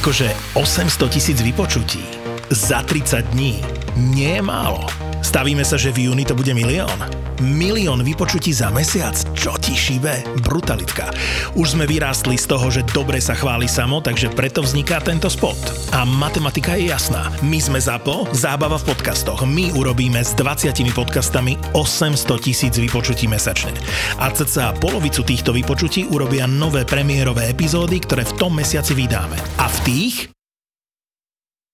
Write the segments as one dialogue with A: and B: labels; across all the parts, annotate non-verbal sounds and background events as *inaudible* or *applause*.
A: Akože 800 tisíc vypočutí za 30 dní nie je málo. Stavíme sa, že v júni to bude milión. Milión vypočutí za mesiac, čo ti šíbe? Brutalitka. Už sme vyrástli z toho, že dobre sa chváli samo, takže preto vzniká tento spot. A matematika je jasná. My sme ZAPO, zábava v podcastoch. My urobíme s 20 podcastami 800 tisíc vypočutí mesačne. A cca polovicu týchto vypočutí urobia nové premiérové epizódy, ktoré v tom mesiaci vydáme. A v tých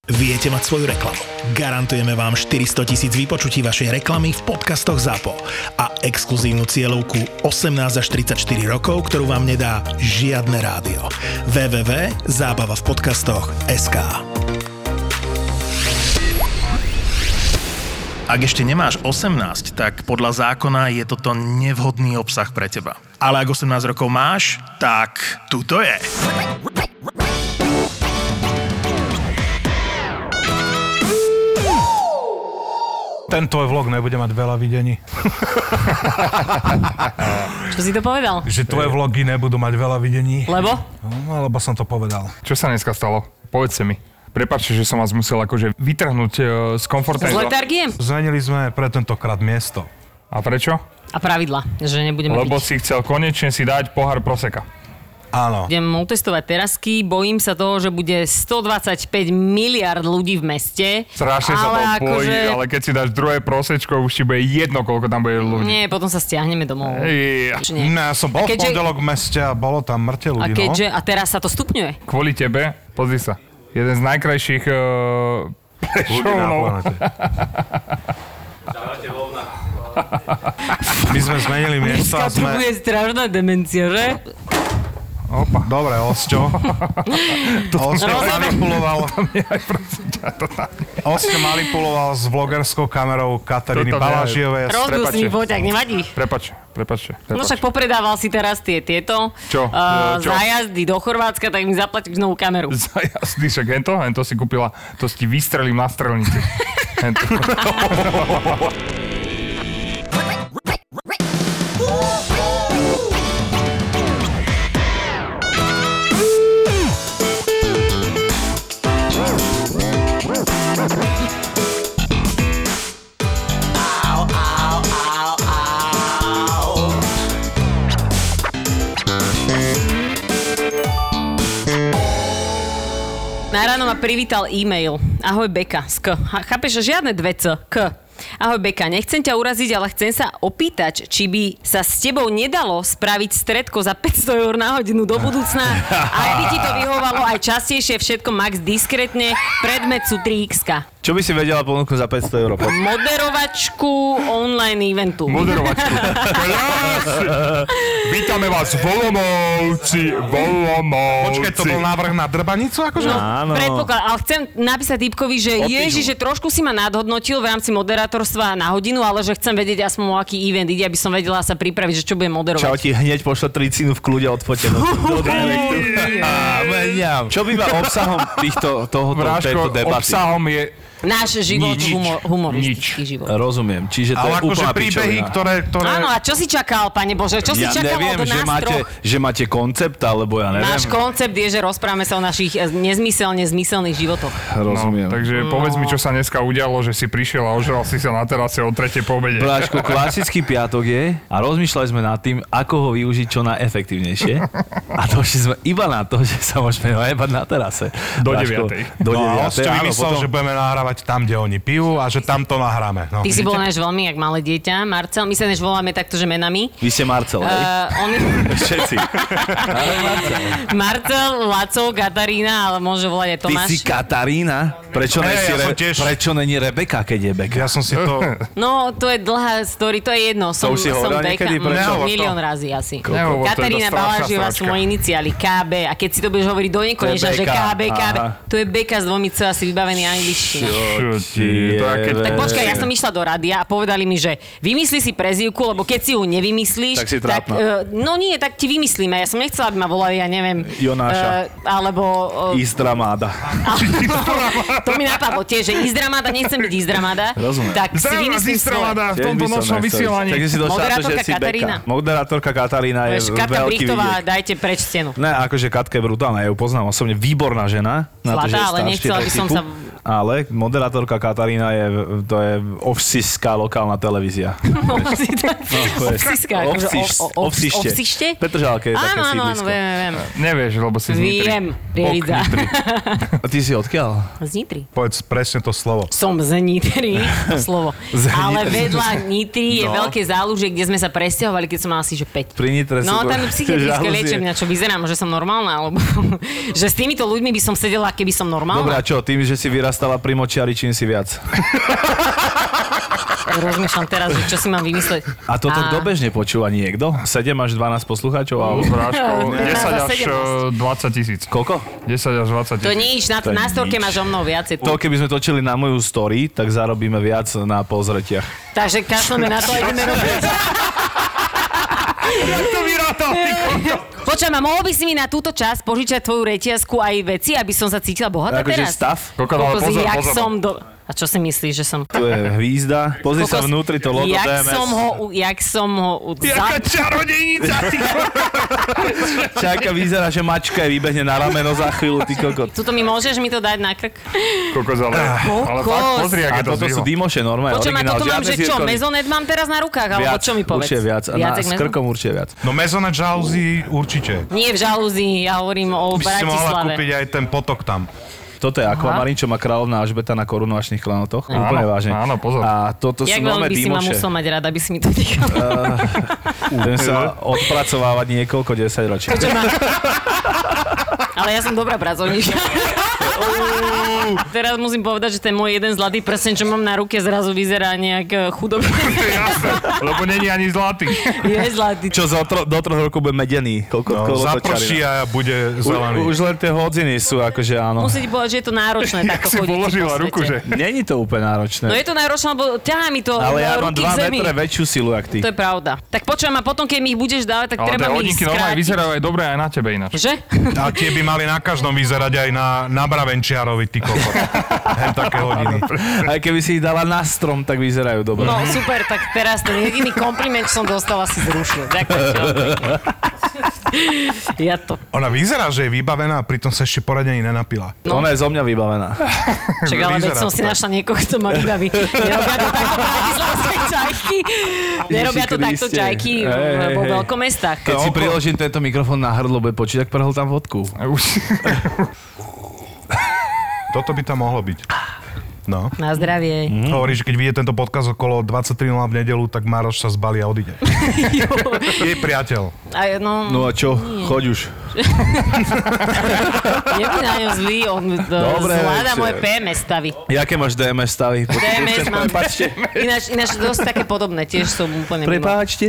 A: Viete mať svoju reklamu. Garantujeme vám 400 tisíc vypočutí vašej reklamy v podcastoch ZAPO a exkluzívnu cieľovku 18 až 34 rokov, ktorú vám nedá žiadne rádio. www.zábavavpodcastoch.sk Ak ešte nemáš 18, tak podľa zákona je toto nevhodný obsah pre teba. Ale ak 18 rokov máš, tak tuto je.
B: Ten tvoj vlog nebude mať veľa videní.
C: Čo si to povedal?
B: Že tvoje vlogy nebudú mať veľa videní.
C: Lebo?
B: No, lebo som to povedal.
D: Čo sa dneska stalo? Povedzte mi. Prepačte, že som vás musel akože vytrhnúť e, z
C: S
D: komfortnej zóny.
C: letargiem?
B: Zmenili sme pre tentokrát miesto.
D: A prečo?
C: A pravidla, že nebudeme
D: Lebo
C: piť.
D: si chcel konečne si dať pohár proseka.
B: Áno.
C: Idem otestovať terasky, bojím sa toho, že bude 125 miliard ľudí v meste. akože-
D: Strašne sa to bojí, ale keď si dáš druhé prosečko, už ti bude jedno, koľko tam bude ľudí.
C: Nie, potom sa stiahneme domov.
D: Ej,
C: Či nie?
B: No, ja som bol
C: A
B: v
C: keďže-
B: pondelok v meste a bolo tam mŕte
C: A
D: no.
B: ľudí, no.
C: keďže, a teraz sa to stupňuje.
D: Kvôli tebe, pozri sa, jeden z najkrajších uh,
B: no. Ľudí na
D: šovnov.
B: planete. My sme zmenili miesto a sme...
C: Skapuje strašná demencia, že?
B: Opa. Dobre,
C: *laughs*
B: Osťo. Osťo
C: Rozhodne. *laughs*
B: manipuloval. Osťo manipuloval s vlogerskou kamerou Kataríny
D: Toto nie.
B: Balažiovej.
C: Rozbil si mi
D: prepačte.
C: poťak, nevadí.
D: Prepač, prepačte.
C: No však popredával si teraz tie tieto
D: Čo?
C: Uh,
D: E, čo?
C: zájazdy do Chorvátska, tak mi zaplatíš novú kameru.
D: *laughs* Za jasný, však hento, hento si kúpila, to si ti vystrelím na
C: *laughs*
D: strelnici. Hento.
C: Na ráno ma privítal e-mail. Ahoj Beka, z K. Ha- Chápeš, že žiadne dve C, K. Ahoj Beka, nechcem ťa uraziť, ale chcem sa opýtať, či by sa s tebou nedalo spraviť stredko za 500 eur na hodinu do budúcna. Aj by ti to vyhovalo aj častejšie, všetko max diskrétne, predmet sú 3x.
E: Čo by si vedela ponúknuť za 500 eur? Po-
C: Moderovačku online eventu.
D: *laughs* Moderovačku. Krásne. Vítame vás v Olomovci, v Olomovci.
B: Počkaj, to bol návrh na drbanicu? Akože?
C: No,
E: Áno.
C: predpoklad, ale chcem napísať typkovi, že
D: Opíšu.
C: ježi, že trošku si ma nadhodnotil v rámci moderátorstva na hodinu, ale že chcem vedieť aspoň o aký event ide, aby som vedela sa pripraviť, že čo budem
E: Čau
C: moderovať.
E: ti hneď pošle tricínu v kľude odfotenú. Do direktu. Á, meniam. *laughs* Čo by ma obsahom týchto, tohoto, tejto
D: Vráško,
E: debaty?
D: obsahom je...
C: Náš život,
D: Nič.
C: humor, humoristický
D: Nič.
C: život.
E: Rozumiem, čiže to
B: Ale
E: je
B: akože
E: úplná
B: príbehy,
E: pičovina.
B: ktoré... ktoré...
C: Áno, a čo si čakal, pane Bože? Čo si
E: Ja
C: čakal
E: neviem,
C: od
E: že
C: nás
E: máte,
C: troch?
E: že máte koncept, alebo ja neviem.
C: Náš koncept je, že rozprávame sa o našich eh, nezmyselne zmyselných životoch.
D: No,
E: Rozumiem.
D: takže povedz mi, čo sa dneska udialo, že si prišiel a ožral si sa na terase o tretej po obede.
E: Bráško, klasický piatok je a rozmýšľali sme nad tým, ako ho využiť čo najefektívnejšie. A došli sme iba na to, že sa môžeme najebať na terase.
D: Do
E: Bráško,
D: deviatej.
E: Do
B: No a
E: 9.
B: Osťo vymyslel, že budeme nahrávať tam, kde oni pijú a že tam to nahráme. No.
C: Ty si bol náš veľmi jak malé dieťa, Marcel. My sa než voláme takto, že menami.
E: Vy ste Marcel, hej?
C: Uh, on...
E: Eh. Všetci.
C: *laughs* Marcel, Laco, Katarína, ale môže volať aj
E: Ty
C: Tomáš.
E: si Katarína? Prečo,
B: Hej,
E: hey,
B: ja
E: re,
B: som tiež-
E: prečo není Rebeka, keď je Beka?
B: Ja som si to... *laughs*
C: No, to je dlhá story, to je jedno. Som,
E: už si
C: som
E: hovorila niekedy, prečo?
C: no,
B: Nehovor to.
C: milión razy asi.
D: Nehovor to, je to
C: Katarína
D: strašná
C: Balážiová
D: sračka.
C: sú moje iniciály KB a keď si to budeš hovoriť do nekonečna,
E: To je
C: že
E: BK,
C: KB, KB,
E: aha.
C: to je beka s dvomi C asi vybavený angličtina.
D: Čo ti- to je keď-
C: Tak počkaj, ja som išla do rádia a povedali mi, že vymysli si prezývku, lebo keď si ju nevymyslíš,
E: Tak si trápna.
C: e, no nie, tak ti vymyslíme. Ja som nechcela, aby ma volali, ja neviem.
E: Jonáša.
C: e, alebo... e,
E: Istramáda.
C: alebo, to mi napadlo tiež, že Izdramada, nechcem byť Izdramada.
E: Rozumiem.
C: Tak si
D: Zdravím vás,
C: vymyslím svoje.
D: Istramáda, v tomto nočnom vysielaní.
E: Takže si došla na to, že
C: Moderátorka
E: si
C: Katarína.
E: Beka. Moderátorka Katarína je
C: Vieš, Katka
E: veľký
C: Brichtová,
E: vidiek.
C: dajte preč stenu.
E: Ne, akože Katka je brutálna, ja ju poznám osobne, výborná žena. na to,
C: Zlatá,
E: že je
C: ale
E: staršie
C: nechcela
E: toho
C: by som
E: typu.
C: sa-
E: Ale moderátorka Katarína je, to je ovsiská lokálna
C: *laughs*
E: televízia.
C: No,
E: No,
C: Ovsiska, akože
E: Ovsiš-
C: o- o- o-
E: Ovsište.
C: Ovsište?
E: Petržalke je také
C: Áno, áno, áno,
E: sídlisko.
C: viem, viem, viem.
D: Nevieš, lebo si z Nitry.
C: Viem,
D: Bok
C: Prievidza.
D: Nitry.
E: A ty si odkiaľ?
C: *laughs* Z Nitry.
B: Povedz presne to slovo.
C: Som z Nitry, to slovo.
E: *laughs* Z
C: Ale
E: Nitry.
C: vedľa Nitry je
E: No.
C: veľké zálužie, kde sme sa presťahovali, keď som mala asi že 5.
E: Pri Nitre sú
C: No
E: to- *laughs*
C: tam je psychiatrická
E: žalúzie.
C: liečebňa, čo vyzerám, že som normálna, alebo *laughs* že s týmito ľuďmi by som sedela, keby som
E: Dobre, a
C: normálna.
E: čo, tým, že si vyrastala pri močiari, čím si viac.
C: Rozmýšľam teraz, že čo si mám vymysleť.
E: A toto
C: A-
E: kto bežne počúva niekto? 7 až 12 poslucháčov? Alebo...
C: *laughs*
D: Bráško,
C: Ne, ne,
D: 10
C: za
D: až eh, 20 tisíc.
E: Koľko?
D: 10 až 20
C: To
D: tisíc.
C: nič, na,
E: To je
C: na storke
E: nič.
C: máš o mnoho viacej.
E: To, keby sme točili na moju story, tak zarobíme viac na pozretiach.
C: Takže kašleme na to a
E: *laughs*
C: ideme robiť.
D: to vyrátal, ty kokos.
C: Počkaj ma, mohol by si mi na túto časť požičať tvoju reťazku aj veci, aby som sa cítila bohatá
E: Akože
C: teraz?
E: stav.
D: Kokos, ale
C: Kokos,
D: pozor,
C: jak
D: pozor.
C: som do... A čo si myslíš, že som...
E: Tu je hvízda. Pozri sa
C: Kokos,
E: vnútri, to logo
C: jak
E: DMS.
C: Som ho, u- jak som ho... u- za-
D: Jaká čarodejnica, ty kokos.
E: Čaká, vyzerá, že mačka je vybehne na rameno za chvíľu, ty
C: *laughs*
E: kokot.
C: Tuto mi môžeš mi to dať na krk?
D: Kokos, ale, ale
C: Ah, Kokos.
D: fakt, pozri,
E: A
D: aké to
E: toto sú
D: zdvihlo. *laughs*
E: dimoše, normálne,
C: Počujem, ma,
E: originál.
C: toto mám,
E: žiadne
C: že čo,
E: zirkony.
C: mezonet mám teraz na rukách, alebo
E: Viac,
C: čo mi povedz?
E: Určite viac. A na,
C: Viac, jak
E: s
C: mezon-
E: krkom určite viat.
B: No Mezonet žalúzi určite.
C: Nie v žalúzii, ja hovorím o
B: By si mohla
C: Bratislave.
B: kúpiť aj ten potok tam.
E: Toto je akvamarín, čo má kráľovná Alžbeta na korunovačných klenotoch.
D: Áno,
E: Úplne vážne.
D: áno, pozor.
E: A toto sú
C: Jak veľmi
E: nové
C: by si ma
E: dimoše.
C: musel mať rád, aby si mi to nechal.
E: Budem
C: *laughs*
E: sa odpracovávať niekoľko desaťročí.
C: Čo má? Ale ja som dobrá
D: *laughs*
C: pracovníčka. Teraz musím povedať, že ten môj jeden zlatý prsten, čo mám na ruke, zrazu vyzerá nejak eh, chudobne.
D: *laughs* Jasné, lebo není ani zlatý.
C: Je zlatý.
E: Čo za tro, do troch rokov bude medený. Koľko,
B: No,
E: koľko
B: zaprší a bude zelený.
E: Už, už len tie hodiny sú akože áno.
C: Musím ti povedať, že je to náročné
D: Tak
C: takto
D: si
C: chodiť po
D: položila
C: svete.
D: ruku, že...
E: Není to úplne náročné.
C: No je to náročné, lebo ťahá mi to
E: ale
C: eh,
E: ja mám
C: ruky k
E: 2
C: zemi.
E: metre väčšiu silu, jak ty.
C: To je pravda. Tak počujem ma potom, keď mi ich budeš dávať, tak
D: Ale tie
C: treba mi ich
D: hodinky normálne
C: skrátiť.
D: vyzerajú aj dobre aj na tebe ináč. *laughs*
C: Že?
B: A tie by mali na každom vyzerať aj na, na Bravenčiarovi, ty kokot.
C: *laughs*
B: Hen také hodiny.
E: Aj keby si ich dala na strom, tak vyzerajú dobre.
C: No super, tak teraz ten jediný kompliment, čo som dostala, si zrušil. Ďakujem. ti, ale
D: *laughs*
C: pekne. Ja to...
B: Ona vyzerá, že je vybavená, pritom sa ešte poradení nenapila.
E: No. Ona je zo mňa vybavená.
C: Čak, ale veď
B: Vyzerá
C: som
B: to
C: si
B: tak.
C: našla niekoho, kto ma vybaví. Nerobia to takto bratislavské *laughs* čajky. Nerobia to
E: Ježiši
C: takto
E: Kriste.
C: čajky v-
E: Hej, hej,
C: vo
E: hej.
C: veľkomestách.
E: Keď si priložím tento mikrofón na hrdlo, bude počuť, ak prehol tam vodku.
D: Už.
B: Toto by tam mohlo byť. No.
C: Na *laughs* zdravie.
B: Mm. Hovorí, že keď vyjde tento podkaz okolo 23.00 v nedelu, tak Maroš sa zbalí a *laughs* odíde. Jej priateľ.
C: A no,
E: No a čo? Choď už.
C: nebuď na ňo zlý, on
E: *laughs* Dobre,
C: Dobre, zvláda
E: večer.
C: moje PMS stavy.
E: Jaké máš DMS stavy? Počuť,
C: PMS
E: ešte-
C: mám. *laughs*
E: Prepačte.
C: Ináč, ináč dosť také podobné, tiež som úplne mimo.
E: Prepáčte.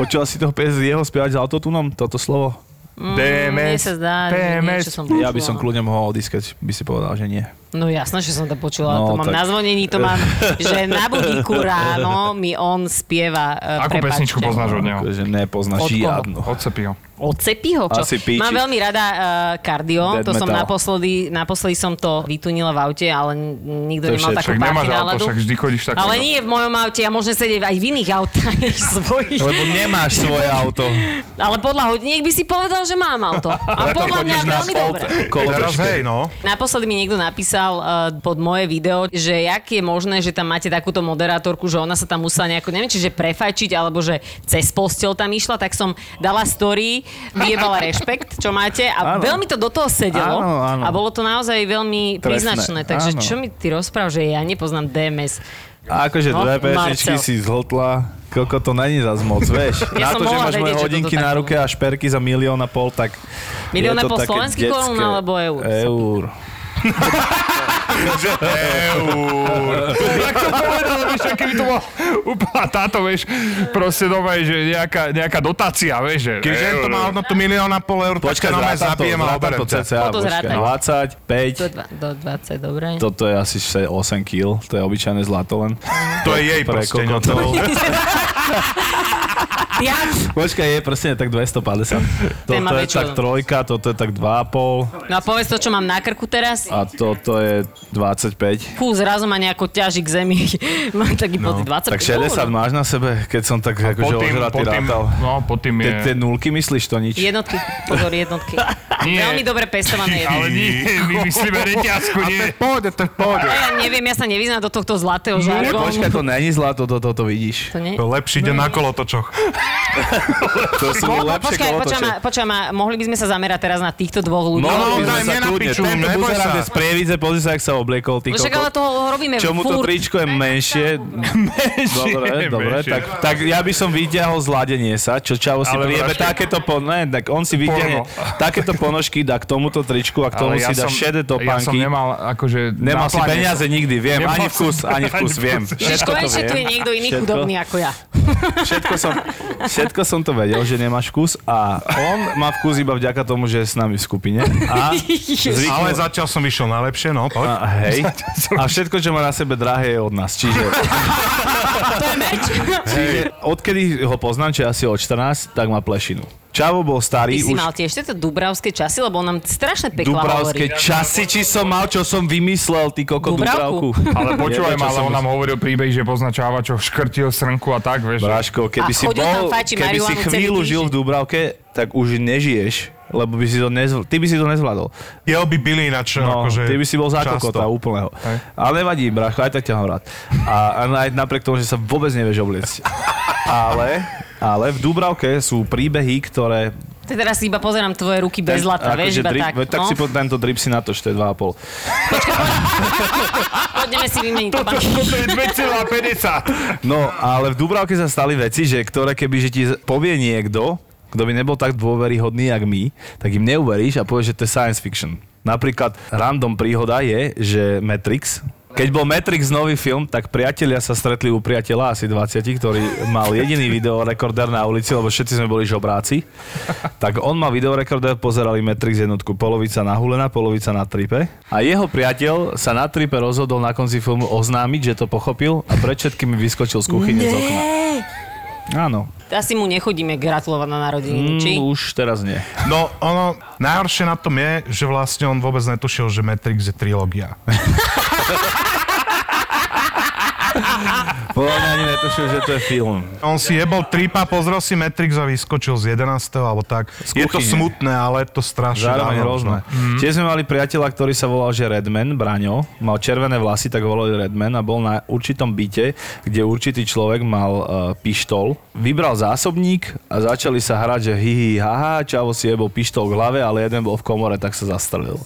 E: Počula si toho pes jeho spievať s autotunom? Toto slovo?
D: DMS.
C: Mm, Mne sa zdá, že niečo som
E: Ja by som
C: počula.
E: kľudne mohol odískať, by si povedal, že nie.
C: No jasné, že som to počula,
E: No,
C: to mám
E: tak-
C: na zvonení, to mám, že na budíku ráno mi on spieva eh,
D: Akú
C: prepáčte.
D: pesničku poznáš od neho?
E: Akože nepoznáš
C: Od koho?
B: No.
E: žiadnu.
D: Odcepí ho.
C: Odcepí ho, čo?
E: Asi píči.
C: Mám veľmi rada uh, kardio,
E: Dead
C: to som
E: metal.
C: naposledy, naposledy som to vytunila v aute, ale n- nikto
E: To je
C: nemal
E: všetko.
D: Však
C: takú
D: nemáš
C: party
D: auto,
C: náladu.
D: však vždy chodíš tak.
C: Ale
D: *laughs*
C: nie je v mojom aute, ja môžem sedieť aj v iných autách, *laughs* než svojich.
E: Lebo nemáš svoje auto.
C: Ale podľa hodiniek by si povedal, že mám auto. A podľa mňa veľmi dobre.
B: Teraz hej, no.
C: Naposledy mi niekto napísal uh, pod moje video, že jak je možné, že tam máte takúto moderátorku, že ona sa tam musela nejako, neviem, čiže prefajčiť, alebo že cez postel tam išla, tak som dala story,
E: *laughs*
C: vyjebala rešpekt, čo máte a
E: Áno.
C: veľmi to do toho sedelo
E: Áno, áno.
C: a bolo to naozaj veľmi
E: Trefné,
C: príznačné, takže
E: áno.
C: čo mi ty rozpráv, že ja nepoznám DMS.
E: A akože
C: No,
E: dve pesničky
C: Marcel.
E: si zhltla. Koľko to není zas moc, vieš.
C: Ja
E: na
C: som
E: to, že
C: mohla
E: máš
C: vedieť,
E: moje
C: že toto
E: hodinky
C: tak
E: na
C: bolo.
E: ruke a šperky za milión a pol, tak...
C: Milión a
E: je to
C: pol
E: také
C: slovenských korún
E: detské.
C: alebo eur?
E: Eur.
D: Tak to povedal, vieš, aké by to bolo úplná táto, vieš, proste doma, že nejaká, nejaká dotácia, vieš, že...
B: Keďže to
D: no.
B: má hodnotu milión a pol eur,
E: Počkaj,
B: tak ťa
E: zrátam to,
B: zabijem a
E: zrátam
B: no, oberem
E: to
B: ťa.
E: cca.
C: Toto
E: počkaj,
C: zrátaj.
E: 25.
C: Do, dva, do 20, dobre?
E: Toto je asi 8 kg, to je obyčajné zlato len.
B: To je jej
D: *laughs*
E: Pre
B: proste. no,
E: kokotov.
B: to-
C: Viac?
E: Počkaj, je presne tak 250.
C: Ten má
E: Toto je
C: väčšiu.
E: tak trojka, toto je tak 2,5
C: No a povedz to, čo mám na krku teraz.
E: a toto je 25.
C: Fú, zrazu ma nejako ťaží k zemi. *laughs* mám taký no, pod 20.
E: Tak 60 máš na sebe, keď som tak akože
D: Pod tým,
E: ožratý
D: pod tým,
E: rátal.
D: no, pod tým je...
E: Tie, tie nulky myslíš to nič?
C: Jednotky, pozor, jednotky.
E: *laughs*
D: Nie.
C: Veľmi dobre
D: *laughs*
C: pestované jednotky.
D: Ale nie, my myslíme reťazku, nie.
B: V pohode, to je v pohode.
C: Ale ja neviem, ja sa nevyznám do tohto zlatého žargónu.
E: Počkaj, to není zlato, toto to vidíš.
C: To nie?
B: To lepšie ide na kolotočoch.
E: To sú
C: Počkaj,
E: lepšie
C: počkaj ma,
E: kolotoče.
C: počkaj ma, mohli by sme sa zamerať teraz na týchto dvoch ľudí.
E: No,
B: No,
E: no,
B: daj
E: daj
B: mne na piču, neboj sa.
E: z prievidze, pozri sa, jak sa obliekol, ty
C: No Však
E: kokot.
C: ale toho robíme
E: Čomu to
C: furt.
E: tričko je
C: *laughs*
E: menšie? Dobre,
D: Menšie,
E: dobre,
D: menšie.
E: tak, tak ja by som vyťahol zladenie sa, čo čavo si
D: Ale
E: priebe
D: vražky.
E: takéto po, ne, tak on si vyťahne takéto ponožky, dá k tomuto tričku a k tomu si dá šedé
D: ja som
E: topánky.
D: nemal, akože... na
E: Nemal si
D: pláne.
E: peniaze nikdy, viem,
D: Nemal
E: ani
D: som-
E: vkus, ani
D: ani
E: vkus,
D: vkus.
E: viem.
C: Čiže
E: *laughs* Všetko to
C: konečne tu je
E: viem.
C: niekto iný
E: Všetko.
C: chudobný ako ja.
E: Všetko som,
C: *laughs*
E: všetko som to vedel, že nemáš vkus a on má vkus iba vďaka tomu, že je s nami v skupine.
C: *laughs*
E: A
B: Ale
E: zvyknul,
B: zatiaľ som išiel na lepšie, no poď.
E: a, *laughs* hej. a všetko, čo má na sebe drahé, je od nás. Čiže *laughs*
C: To je merč.
E: Čiže odkedy ho poznám, čo je asi od 14, tak má plešinu. Čavo bol
C: Ty
E: starý,
C: *laughs* si
E: už
C: mal tiež tieto dubravské časy, lebo on nám strašne pekla
E: dubravské
C: hovorí.
E: časy, či som mal, čo som vymyslel, ty koko
C: Dubravku?
E: Dubravku. *laughs*
D: Ale počúvaj
E: Jebe, čo
D: ma, ale
E: som
D: on nám hovoril príbeh, že poznačávačov škrtil srnku a tak, vieš.
E: Bráško, keby
C: A
E: si
C: chodil tam
E: bol,
C: fajčiť
E: keby si
C: marihuanu celý
E: chvíľu
C: týždeň.
E: žil v Dubravke, tak už nežiješ, lebo by si to nezvl- ty by si to nezvládol.
B: Jeho by byli ináč,
E: No,
B: akože
E: ty by si bol za
B: často.
E: kokota úplného. Ale nevadí, bráško, aj tak ťa mám rád. A, a aj napriek tomu, že sa vôbec nevieš obliecť. Ale, ale v Dubravke sú príbehy, ktoré
C: Ty teraz si iba pozerám tvoje ruky bez zlata,
E: akože
C: vieš, iba
E: drip,
C: tak.
E: veď tak
C: no.
E: si po, tento drip si natoč, to je 2,5.
C: Poďme si
E: *laughs*
C: vymeniť
D: Toto,
C: tabaky.
D: toto je 2,50.
E: No, ale v Dubravke sa stali veci, že ktoré keby že ti z- povie niekto, kto by nebol tak dôveryhodný, jak my, tak im neuveríš a povieš, že to je science fiction. Napríklad random príhoda je, že Matrix, keď bol Matrix nový film, tak priatelia sa stretli u priateľa asi 20, ktorý mal jediný videorekorder na ulici, lebo všetci sme boli žobráci. Tak on mal videorekorder, pozerali Matrix jednotku, polovica nahulená, polovica na tripe. A jeho priateľ sa na tripe rozhodol na konci filmu oznámiť, že to pochopil a pred všetkými vyskočil z kuchyne z okna.
C: Nie.
E: Áno.
C: Asi mu nechodíme gratulovať na narodeniny, či?
E: Mm, už teraz nie.
B: No, ono, najhoršie na tom je, že vlastne on vôbec netušil, že Matrix je trilógia.
E: Podľa mňa ani netušil, že to je film.
B: On si jebol tripa, pozrel si Matrix a vyskočil z 11. alebo tak. Je to
E: kuchyne.
B: smutné, ale je to strašne. dávno no.
E: Zároveň
B: už,
E: rôzne. Mm. Tiež sme mali priateľa, ktorý sa volal, že Redman, Braňo. Mal červené vlasy, tak ho volali Redman a bol na určitom byte, kde určitý človek mal uh, pištol. Vybral zásobník a začali sa hrať, že hi, hi, haha, čavo si jebol pištol v hlave, ale jeden bol v komore, tak sa zastrelil.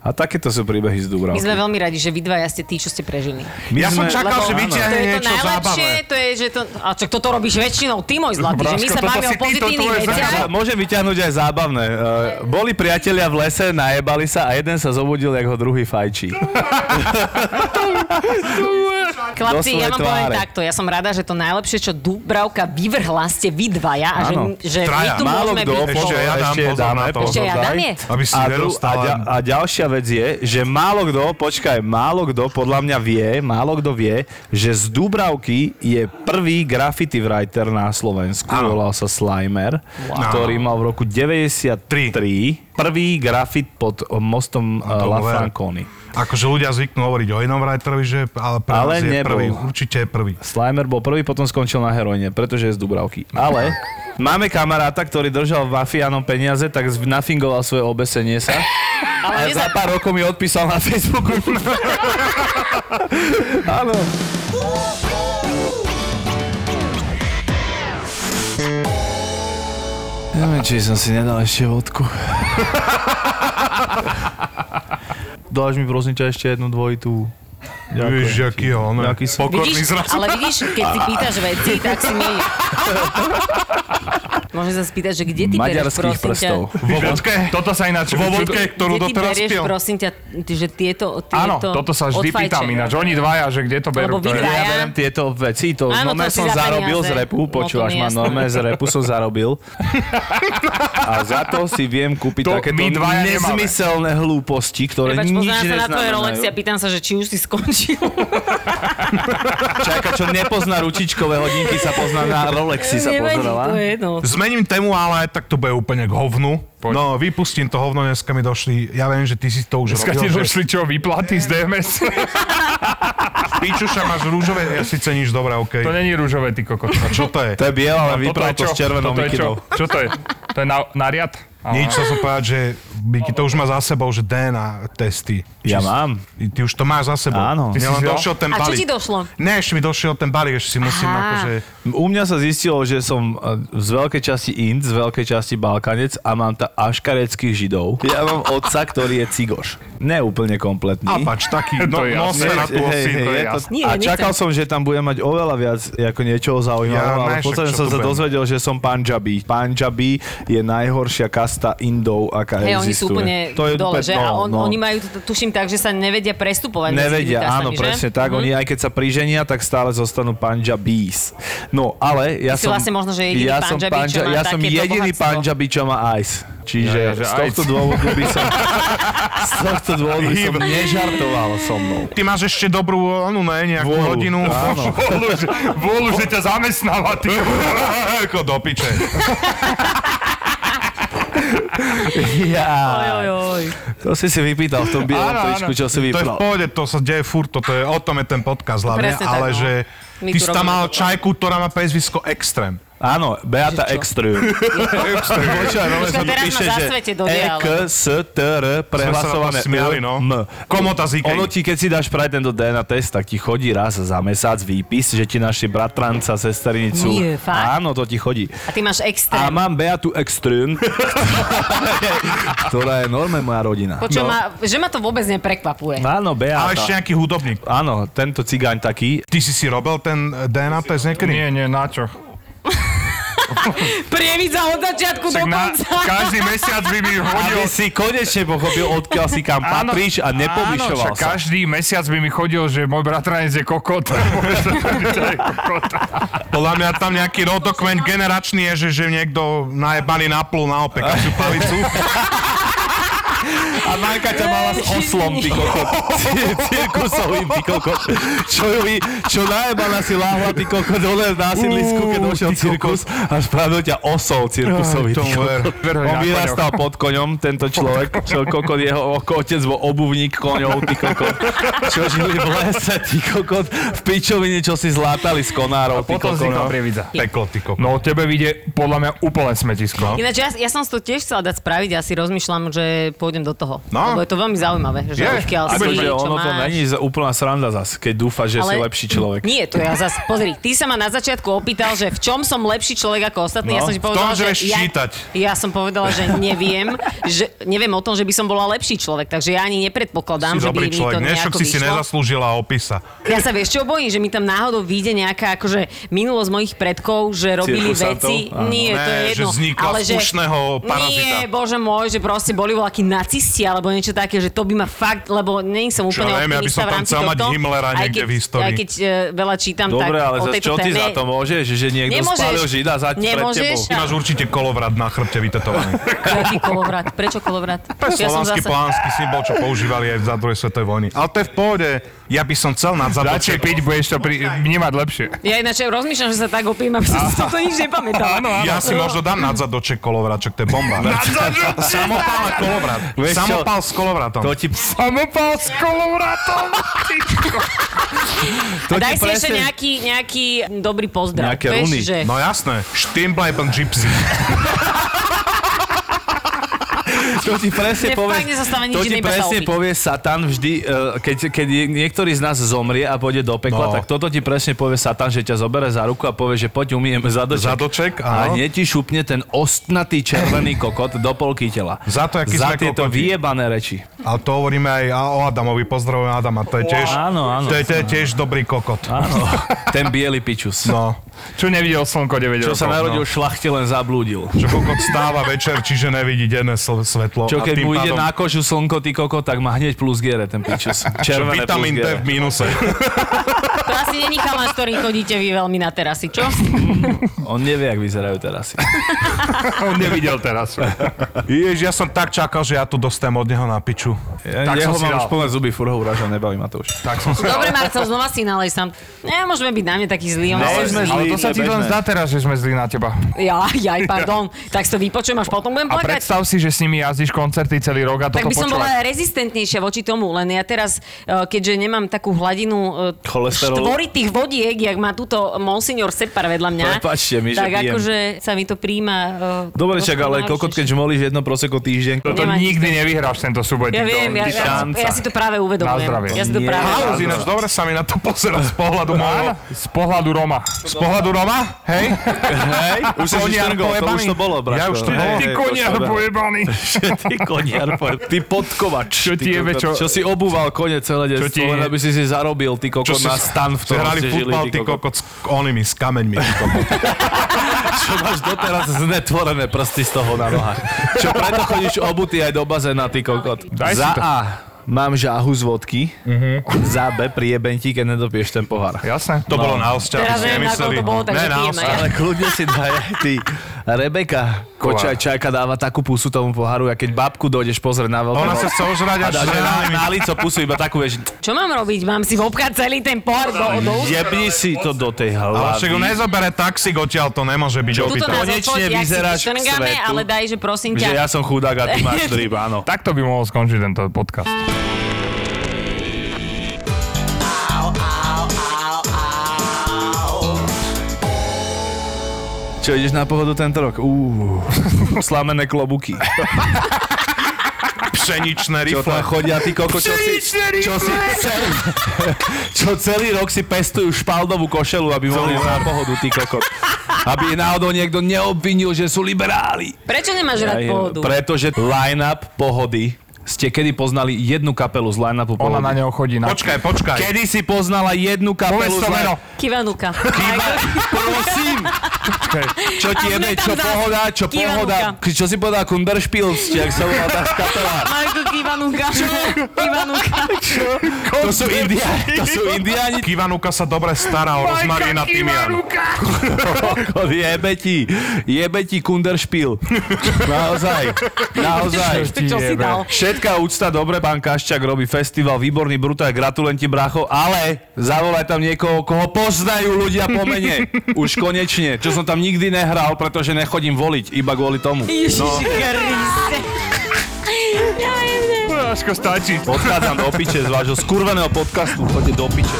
E: A takéto sú príbehy z Dúbra.
C: My sme veľmi radi, že vy dvaja ste tí, čo ste prežili.
B: Ja som čakal, že vyťahne
C: to je to
B: niečo
C: najlepšie,
B: zábavné.
C: to je, že to... A čo, toto robíš väčšinou, ty môj zlatý, že my
D: Braško,
C: sa
D: toto
C: bavíme o
D: si ty, to
C: pozitívnych
D: tvoje
C: veciach.
E: Za- Môžem vyťahnuť aj zábavné. Uh, boli priatelia v lese, najebali sa a jeden sa zobudil, jak ho druhý fajčí.
C: Chlapci,
E: Doslova
C: ja vám
E: tváre.
C: poviem takto, ja som rada, že to najlepšie, čo Dubravka vyvrhla, ste vy dvaja a že,
E: Áno.
C: že my
B: Traja.
C: tu
E: Málo
C: môžeme
E: kto
C: byť
B: Ešte
E: po-
B: ja dám
E: ešte
B: pozor
E: dáme,
B: na to.
E: pozor,
C: Ešte ja
E: daj.
C: dám je?
B: Aby si
E: a, dru- a,
B: nedostal
E: ďa,
B: len-
E: a ďalšia vec je, že málo kto, počkaj, málo kto podľa mňa vie, málo kto vie, že z Dubravky je prvý graffiti writer na Slovensku, ano. volal sa Slimer, ktorý mal v roku 93 prvý grafit pod mostom
B: To
E: uh, La
B: ver.
E: Franconi.
B: Akože ľudia zvyknú hovoriť o inom writerovi, že ale pre
E: Ale
B: nás je
E: nebol.
B: prvý. Určite je prvý.
E: Slimer bol prvý, potom skončil na heroine, pretože je z Dubravky. Ale máme kamaráta, ktorý držal mafiánom peniaze, tak z- nafingoval svoje obesenie sa.
C: Ale
E: A
C: neza-
E: za pár rokov mi odpísal na Facebooku. Áno. Neviem, či som si nedal ešte vodku. Dáš mi prosím ťa ešte jednu dvojitú.
B: Vieš, aký je on.
E: Jaký som-
B: Pokorný
C: vidíš,
B: zraz.
D: *laughs*
C: ale vidíš, keď si pýtaš veci, tak si mi... Môžem sa spýtať, že kde ty bereš,
E: maďarských
C: prosím
E: prstov.
C: ťa?
D: Vo vodke? Toto sa ináč... Vo
B: vodke, ktorú
C: Kde ty
B: doteraz
C: bereš,
B: pil.
C: prosím ťa, t- že tieto, tieto
D: Áno, toto sa vždy
C: odfajče?
D: pýtam ináč. Oni dvaja, že kde to
C: Lebo
D: berú.
C: vy
D: to je-
C: dvaja.
E: Ja berem tieto veci, to
C: Áno,
E: Áno,
C: to si
E: som
C: za
E: zarobil
C: peniaze.
E: z
C: No,
E: repu,
C: to
E: počúvaš
C: mi
E: ma,
C: jasné.
E: normálne z repu som zarobil. A za to si viem kúpiť
D: To
E: takéto
D: my dvaja nemáme.
E: nezmyselné hlúposti, ktoré
C: Prepač,
E: nič
C: pozerám sa na tvoje Rolex a
E: neznamenajú.
C: pýtam sa, že či už si skončil.
E: Čaká, čo nepozná ručičkové hodinky, sa pozná na Rolexy, sa
C: Nevadí,
E: pozerala.
C: to je jedno.
B: Zmením tému, ale tak to bude úplne k hovnu.
D: Poď.
B: No, vypustím to hovno, dneska mi došli, ja viem, že ty si to už
D: Dneska
B: robil,
D: ti
B: že
D: došli čo, výplaty z DMS?
B: pičuša máš rúžové, ja si ceníš, dobre, okej.
D: To není rúžové, ty kokot.
B: A čo to je?
E: To je biela, ale
D: Toto
E: vypral to
D: je
E: s
D: čo?
E: červenou
D: Toto je čo?
E: mikidou.
D: Čo to je? To je na- nariad? Aha.
B: Nič, chcel som povedať, že Miky to už má za sebou, že DNA testy. Či-
E: Ja mám.
B: Ty už to máš za sebou.
E: Áno.
B: Ty
E: Ty
D: si
B: len
D: si dal?
B: došiel ten
C: A čo
B: balík.
C: ti došlo?
B: Ne, ešte mi došiel ten balík, ešte si musím
C: Aha.
B: akože...
E: U mňa sa zistilo, že som eh, z veľkej časti Ind, z veľkej časti Balkanec a mám ta aškareckých židov. Ja mám otca, ktorý je cigoš. Neúplne kompletný.
B: Apač, taký,
D: *laughs* To
B: no,
D: je
B: no
D: jasné.
B: sa na tú
E: Hej,
B: osín, to je
E: hej, je to-
B: jasné.
C: Nie,
E: A
C: nechcem.
E: čakal som, že tam budem mať oveľa viac ako niečoho zaujímavého,
B: Ja,
E: ale
B: ne,
E: v podstate
B: však čo
E: som
B: tu
E: sa
B: budem.
E: dozvedel, že som Punjabi. Punjabi je najhoršia kasta Indov, aká
C: Hej,
E: existuje.
C: oni sú úplne
E: To je
C: dole,
E: úplne- no,
C: že? A on, oni majú, to, tuším, tak, že sa nevedia prestupovať. medzi
E: Nevedia,
C: tými kastami,
E: áno,
C: že? Mhm.
E: presne tak. Oni aj keď sa priženia, tak stále zostanú Punjabis. No, ale ja
C: Ty si
E: som...
C: vlastne možno, že jediný
E: ja som,
C: Punjabi, čo má
E: ja som
C: takéto
E: jediný
C: bohatstvo.
E: Punjabi, čo má ice. Čiže
D: Ja, ja, že
E: z tohto
D: ice.
E: dôvodu by som...
B: *laughs*
E: z tohto dôvodu by som nežartoval so mnou. *laughs*
B: Ty máš ešte dobrú, onu ne, nejakú
E: Vôľu.
B: hodinu.
E: Áno.
B: *laughs*
D: Vôľu, že, vôľu, že ťa zamestnáva, ty.
B: Ako do piče.
D: *laughs*
E: Ja.
C: Oj, oj, oj.
E: To si si vypýtal v tom bielom
D: Áno, áno.
E: tričku, čo si
B: To je v
E: vypral.
B: pohode, to sa deje furt, toto je, o tom je ten podcast hlavne,
C: Presne tak,
B: ale
C: no.
B: že
C: My
B: ty
C: tu
B: si tam
C: robíme
B: mal
C: toto.
B: čajku, ktorá má prezvisko Extrém.
E: Áno, Beata
C: Že čo?
B: *laughs*
E: Extrém. Počúvaj, no,
C: Počkaj,
E: sa tu
C: teraz ma
E: píše, že
C: zasvete do
E: e
C: diálu.
E: k s t r prehlasované E
B: Sme sa na to smiali, no.
E: M.
B: Komota z Ikei.
E: Ono ti, keď si dáš práve tento DNA test, tak ti chodí raz za mesiac výpis, že ti našli bratranca, sesternicu.
C: Nie, fakt?
E: Áno, to ti chodí.
C: A ty máš extrém.
E: A mám Beatu Extrém, *laughs* ktorá je norme moja rodina. No,
C: Počujem, ma, že ma to vôbec neprekvapuje.
E: Áno,
B: Ale ešte
E: Beata.
B: nejaký hudobník.
E: Áno, tento cigáň taký.
B: Ty si si robil ten eh, DNA test niekedy?
D: Nie, nie, na čo?
C: Prievidza od začiatku do
D: Tak na,
C: konca.
D: každý mesiac by mi hodil...
E: Aby si konečne pochopil, odkiaľ si kam
D: Áno,
E: patríš a nepovyšoval
D: áno, však
E: sa.
D: každý mesiac by mi chodil, že môj bratranec je kokot.
B: Podľa mňa tam nejaký rodokmen generačný je, že, že niekto najebaný naplú na opekaciu palicu.
E: A Majka ťa mala s oslom, ty kokot. *laughs* Cir- Cirkusovým, ty kokot. Čo, ju, vy- čo najebana si láhla, ty kokot, dole na sídlisku, keď došiel cirkus a spravil ťa osou cirkusový, ty
B: Tomu ver.
E: kokot.
D: Veruj
E: On
D: na
E: vyrastal pod koňom, tento človek, čo kokot, jeho oko- otec bol obuvník koňov, ty kokot. Čo žili v lese, ty kokot, v pičovine, čo si zlátali z konárov, ty
D: Potom
E: kokot.
D: vznikla
E: no.
D: prievidza.
B: Peklo, ty kokot.
D: *laughs* No tebe vyjde podľa mňa úplne smetisko.
C: Ináč, ja, ja som si to tiež chcela dať spraviť, ja si rozmýšľam, že pôjdem do toho.
B: No.
C: Lebo je to veľmi zaujímavé, že
B: Je,
C: odkiaľ si,
E: Akože
C: čo
E: ono
C: máš.
E: to není za- úplná sranda zas, keď dúfa, že si lepší človek.
C: Nie, to ja zase, pozri, ty sa ma na začiatku opýtal, že v čom som lepší človek ako ostatní. ja
E: No,
C: som ti
B: v tom,
C: povedala,
B: že vieš
C: ja,
B: čítať.
C: ja som povedala, že neviem, že neviem o tom, že by som bola lepší človek, takže ja ani nepredpokladám,
B: si
C: že by
B: dobrý človek,
C: mi to
B: dnešok
C: nejako
B: si si
C: vyšlo.
B: nezaslúžila opisa.
C: Ja sa vieš čo bojím, že mi tam náhodou vyjde nejaká akože minulosť mojich predkov, že robili
E: Cirkusantov?
C: veci.
E: Áno.
C: Nie, to je
B: Ne,
C: jedno.
B: že vznikla
C: ale
B: z ušného parazita.
C: Nie, bože môj, že proste boli voľakí nacisti alebo niečo také, že to by ma fakt, lebo nie som úplne
B: ja viem, ja by
C: optimista
B: som
C: v
B: tam
C: rámci
B: chcel mať
C: tohto.
B: Himmlera
C: Aj
B: niekde
C: keď-
B: v histórii.
C: Aj keď e, veľa čítam,
E: Dobre,
C: tak
E: ale
C: o
E: za
C: tejto
E: čo ty
C: téme...
E: za
C: *laughs*
E: to môžeš? Že niekto
C: Nemôžeš.
E: spálil žida za
C: Nemôžeš.
E: pred
B: Ty máš určite kolovrat na chrbte
C: *laughs*
B: vytetovaný.
C: Jaký kolovrat? Prečo kolovrat?
B: Slovanský polánsky symbol, čo používali aj za druhej svetovej vojny. Ale to je v pohode. Ja by som chcel nad zaboček.
D: Radšej piť, budeš to pri, vnímať lepšie.
C: Ja ináč aj rozmýšľam, že sa tak opím, aby som si to nič nepamätala.
D: Áno, áno.
B: Ja si možno dám nad zadoček kolovračok, to je bomba. Samopál a kolovrat.
E: Vieš čo?
B: Samopál s kolovratom.
E: To ti, *laughs*
D: Samopal s kolovratom.
E: to ti
C: Daj si ešte
E: presne-
C: nejaký, nejaký dobrý pozdrav.
E: Nejaké
C: Vieš,
E: runy.
C: že...
B: No jasné, Stimblajben Gypsy.
E: to ti presne
C: Mne
E: povie,
C: fakt nezostáva nič
E: to ti
C: iné, iba sa
E: presne
C: opiť.
E: povie Satan vždy, eh, keď, keď je- niektorý z nás zomrie a pôjde do pekla,
B: No.
E: tak toto ti presne povie Satan, že ťa zobere za ruku a povie, že poď umyjeme zadoček.
B: Zadoček,
E: a
B: áno.
E: hneď ti šupne ten ostnatý červený kokot do polky tela.
B: Za to, aký sme
E: Za tieto
B: kokoti.
E: vyjebané reči.
B: A to hovoríme aj a- o Adamovi. Pozdravujem Adama, to je tiež,
E: Áno, áno.
B: to je, to je tiež dobrý kokot.
E: Áno, ten biely pičus.
B: *laughs* No,
D: Čo nevidel slnko 9
E: Čo
D: rokov,
E: sa
D: no.
E: narodil v šlachte, len zablúdil.
B: že kokot stáva večer, čiže nevidí denné sl- svetlo. a
E: Čo keď
B: tým
E: mu ide
B: pádom-
E: na kožu slnko, ty koko, tak má hneď plus gere ten pičus.
B: čo
E: Červené plus
B: vitamín D
E: gere.
B: v mínuse.
C: To asi není chalán, s ktorým chodíte vy veľmi na terasy, čo?
E: On nevie, jak vyzerajú teraz.
D: no. On nevidel *laughs* teraz.
B: Jež, ja som tak čakal, že ja tu dostanem od neho na piču.
D: Tak
E: Ja, jeho
D: som si
E: mám
D: dal.
E: už plné zuby, furt ho uražam, nebaví ma to už.
B: Tak som si...
C: Dobre, Marcel, znova si nalej sám. Nemôžeme byť na mne taký zlý. on
E: No,
C: asi-
E: sme
D: Ale to sa ti len
E: bežné.
D: zdá teraz, že sme zlí na teba.
C: Ja, jaj, pardon. Tak si to vypočujem, až potom budem
D: A
C: plakať.
D: predstav si, že s nimi jazdíš koncerty celý rok a
C: Tak
D: toto
C: by som
D: počúvaš.
C: bola rezistentnejšia voči tomu, len ja teraz, e, keďže nemám takú hladinu e,
E: Cholesterolu.
C: štvoritých vodiek, jak má túto monsignor Separ vedľa mňa,
E: Prepačte mi, že
C: tak
E: pijem.
C: akože sa mi to príjma... e,
E: Dobre,
C: trošku
E: však ale
C: náročnejšie.
E: kokot, keď žmolíš jedno proseko týždeň.
D: Toto
C: Nemá
D: nikdy nevyhráš tento súboj.
C: Ja
D: týchto-
C: viem, ja, ja,
E: šanca.
C: ja, si to práve uvedomujem.
D: Na zdravie.
C: Ja si to
E: Nie.
C: práve
B: Halus, ináč dobre sa mi na to pozera z pohľadu môjho.
D: Z pohľadu Roma.
B: Z pohľadu Roma? Hej?
E: Hej, už som
B: Koniar
E: štangol, to
B: pojebaný.
E: už to bolo, bratko.
B: Ja už to bolo.
E: Hej,
D: Ty
E: hej,
D: koniar
E: to už to bolo.
D: pojebaný.
E: *laughs* Ty koniar pojebaný. Ty podkovač.
D: Čo ti
E: ty
D: jebe,
E: kokot.
D: čo-
E: Čo si obúval kone celé detstvo,
D: ti-
E: len aby si si zarobil, ty kokot, na stan, v ktorom
B: hrali
E: ste žili,
B: futbal,
E: ty
B: ty
E: kokot.
B: kokot, s onými, s
E: *laughs*
B: kameňmi. ty kokot.
E: Čo máš doteraz znetvorené prsty z toho na nohách. Čo preto chodíš obutý aj do bazéna, ty kokot.
D: Daj si
E: Za
D: to.
E: A mám žáhu z vodky, za B prieben ti, keď nedopieš ten pohár.
D: *laughs* Jasné.
B: To
E: No.
B: bolo na osťa, aby
C: Teraz
B: ste
C: viem, ako
B: nemysleli.
C: to bolo, takže
B: Ne, na
C: pijeme.
B: osťa.
E: Ale kľudne si daj aj ty. Rebeka, kočaj čajka dáva takú pusu tomu poháru a keď babku dojdeš pozrieť na veľké...
B: Ona sa chce ožrať
E: a
B: až
E: dá, že na, na lico pusu iba takú, vieš,
C: Čo mám robiť? Mám si vopkať celý ten pohár do, do úst?
E: jebni si to do tej
B: Ale však ho
E: hlavy.
B: nezobere taxík odtiaľ, to nemôže byť
E: Čo?
C: Tuto
E: opýtam.
B: opýtané.
C: nás
E: Konečne
C: odfoť, jak si
E: vyzeráš k
C: vyštrngáme,
E: svetu.
C: ale daj, že prosím
E: Že
C: ťa.
E: ja som chudák a ty máš drib, áno.
D: Takto by mohol skončiť tento podcast.
E: Čo, ideš na pohodu tento rok? Uú, slamené klobuky.
B: Pšeničné
E: *laughs* Čo
B: rifle.
E: tam chodia, ty koko, čo si, čo si celý, *laughs* čo celý rok si pestujú špaldovú košelu, aby mohli ísť na pohodu, ty kokot. Aby ich náhodou niekto neobvinil, že sú liberáli.
C: Prečo nemáš rád
E: Aj,
C: pohodu?
E: Pretože line-up pohody ste kedy poznali jednu kapelu z line-upu pohody?
D: Ona na neho chodí na...
B: Počkaj, počkaj.
E: Kedy si poznala jednu kapelu
D: Povedz to
E: z line
D: meno.
C: Kivanuka.
E: Prosím! Čo ti
C: A sme
E: jebe,
C: tam
E: čo
C: zás.
E: pohoda, čo
C: Kivanuka.
E: pohoda, čo si povedal Kunderspiels, či ak sa volá tá kapela.
C: Majko
E: *laughs*
C: Kivanuka. Kivanuka.
E: To sú, India, to sú indiáni,
B: Kivanuka sa dobre stará o rozmarína Timian.
E: kokot, jebe ti, jebe ti Kunderspiel. Naozaj, naozaj.
C: Čo si
D: jebe.
C: dal?
E: Všetká úcta, dobre, pán Kaščák robí festival, výborný brutál, gratulujem ti, bracho, ale zavolaj tam niekoho, koho poznajú ľudia po mene. Už konečne, čo som tam nikdy nehral, pretože nechodím voliť, iba kvôli tomu.
C: Ježiši
E: *laughs*
C: Kriste. Ja jemne.
D: Aško, stačí.
E: Odchádzam do piče z vášho skurveného podcastu, chodte do piče.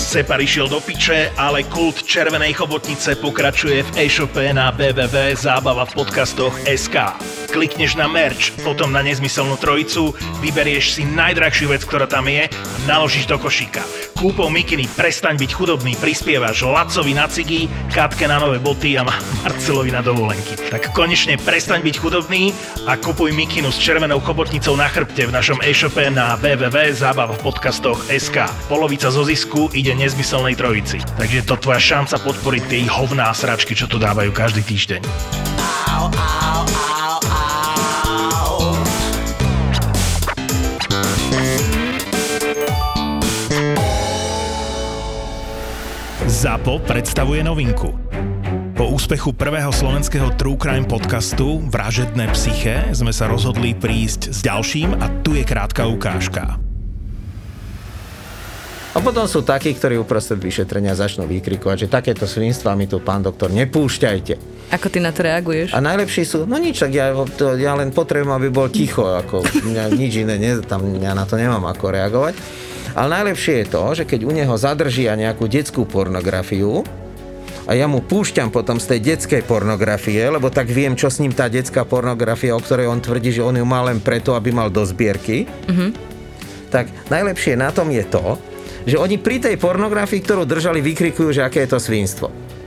A: Separ išiel do piče, ale kult červenej chobotnice pokračuje v e-shope na www.zábava v podcastoch SK. Klikneš na merch, potom na nezmyselnú trojicu, vyberieš si najdrahšiu vec, ktorá tam je a naložíš do košíka. Kúpou mikiny Prestaň byť chudobný prispievaš Lacovi na cigy, Katke na nové boty a Marcelovi na dovolenky. Tak konečne prestaň byť chudobný a kupuj mikinu s červenou chobotnicou na chrbte v našom e-shope na www.zabavpodcastoch.sk. Polovica zo zisku ide nezmyselnej trojici. Takže je to tvoja šanca podporiť tie ich hovná sračky, čo tu dávajú každý týždeň. ZAPO predstavuje novinku. Po úspechu prvého slovenského True Crime podcastu Vražedné psyche sme sa rozhodli prísť s ďalším a tu je krátka ukážka.
F: A potom sú takí, ktorí uprostred vyšetrenia začnú vykrikovať, že takéto svinstva mi tu pán doktor nepúšťajte.
G: Ako ty na to reaguješ?
F: A najlepší sú, no nič, tak ja, to, ja len potrebujem, aby bol ticho, ako mňa, nič iné, ne, tam, ja na to nemám ako reagovať. Ale najlepšie je to, že keď u neho zadržia nejakú detskú pornografiu, a ja mu púšťam potom z tej detskej pornografie, lebo tak viem, čo s ním tá detská pornografia, o ktorej on tvrdí, že on ju má len preto, aby mal do zbierky, tak najlepšie na tom je to, že oni pri tej pornografii, ktorú držali, vykrikujú, že aké je to svinstvo.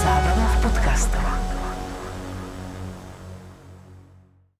H: Zábrná v podcastovách.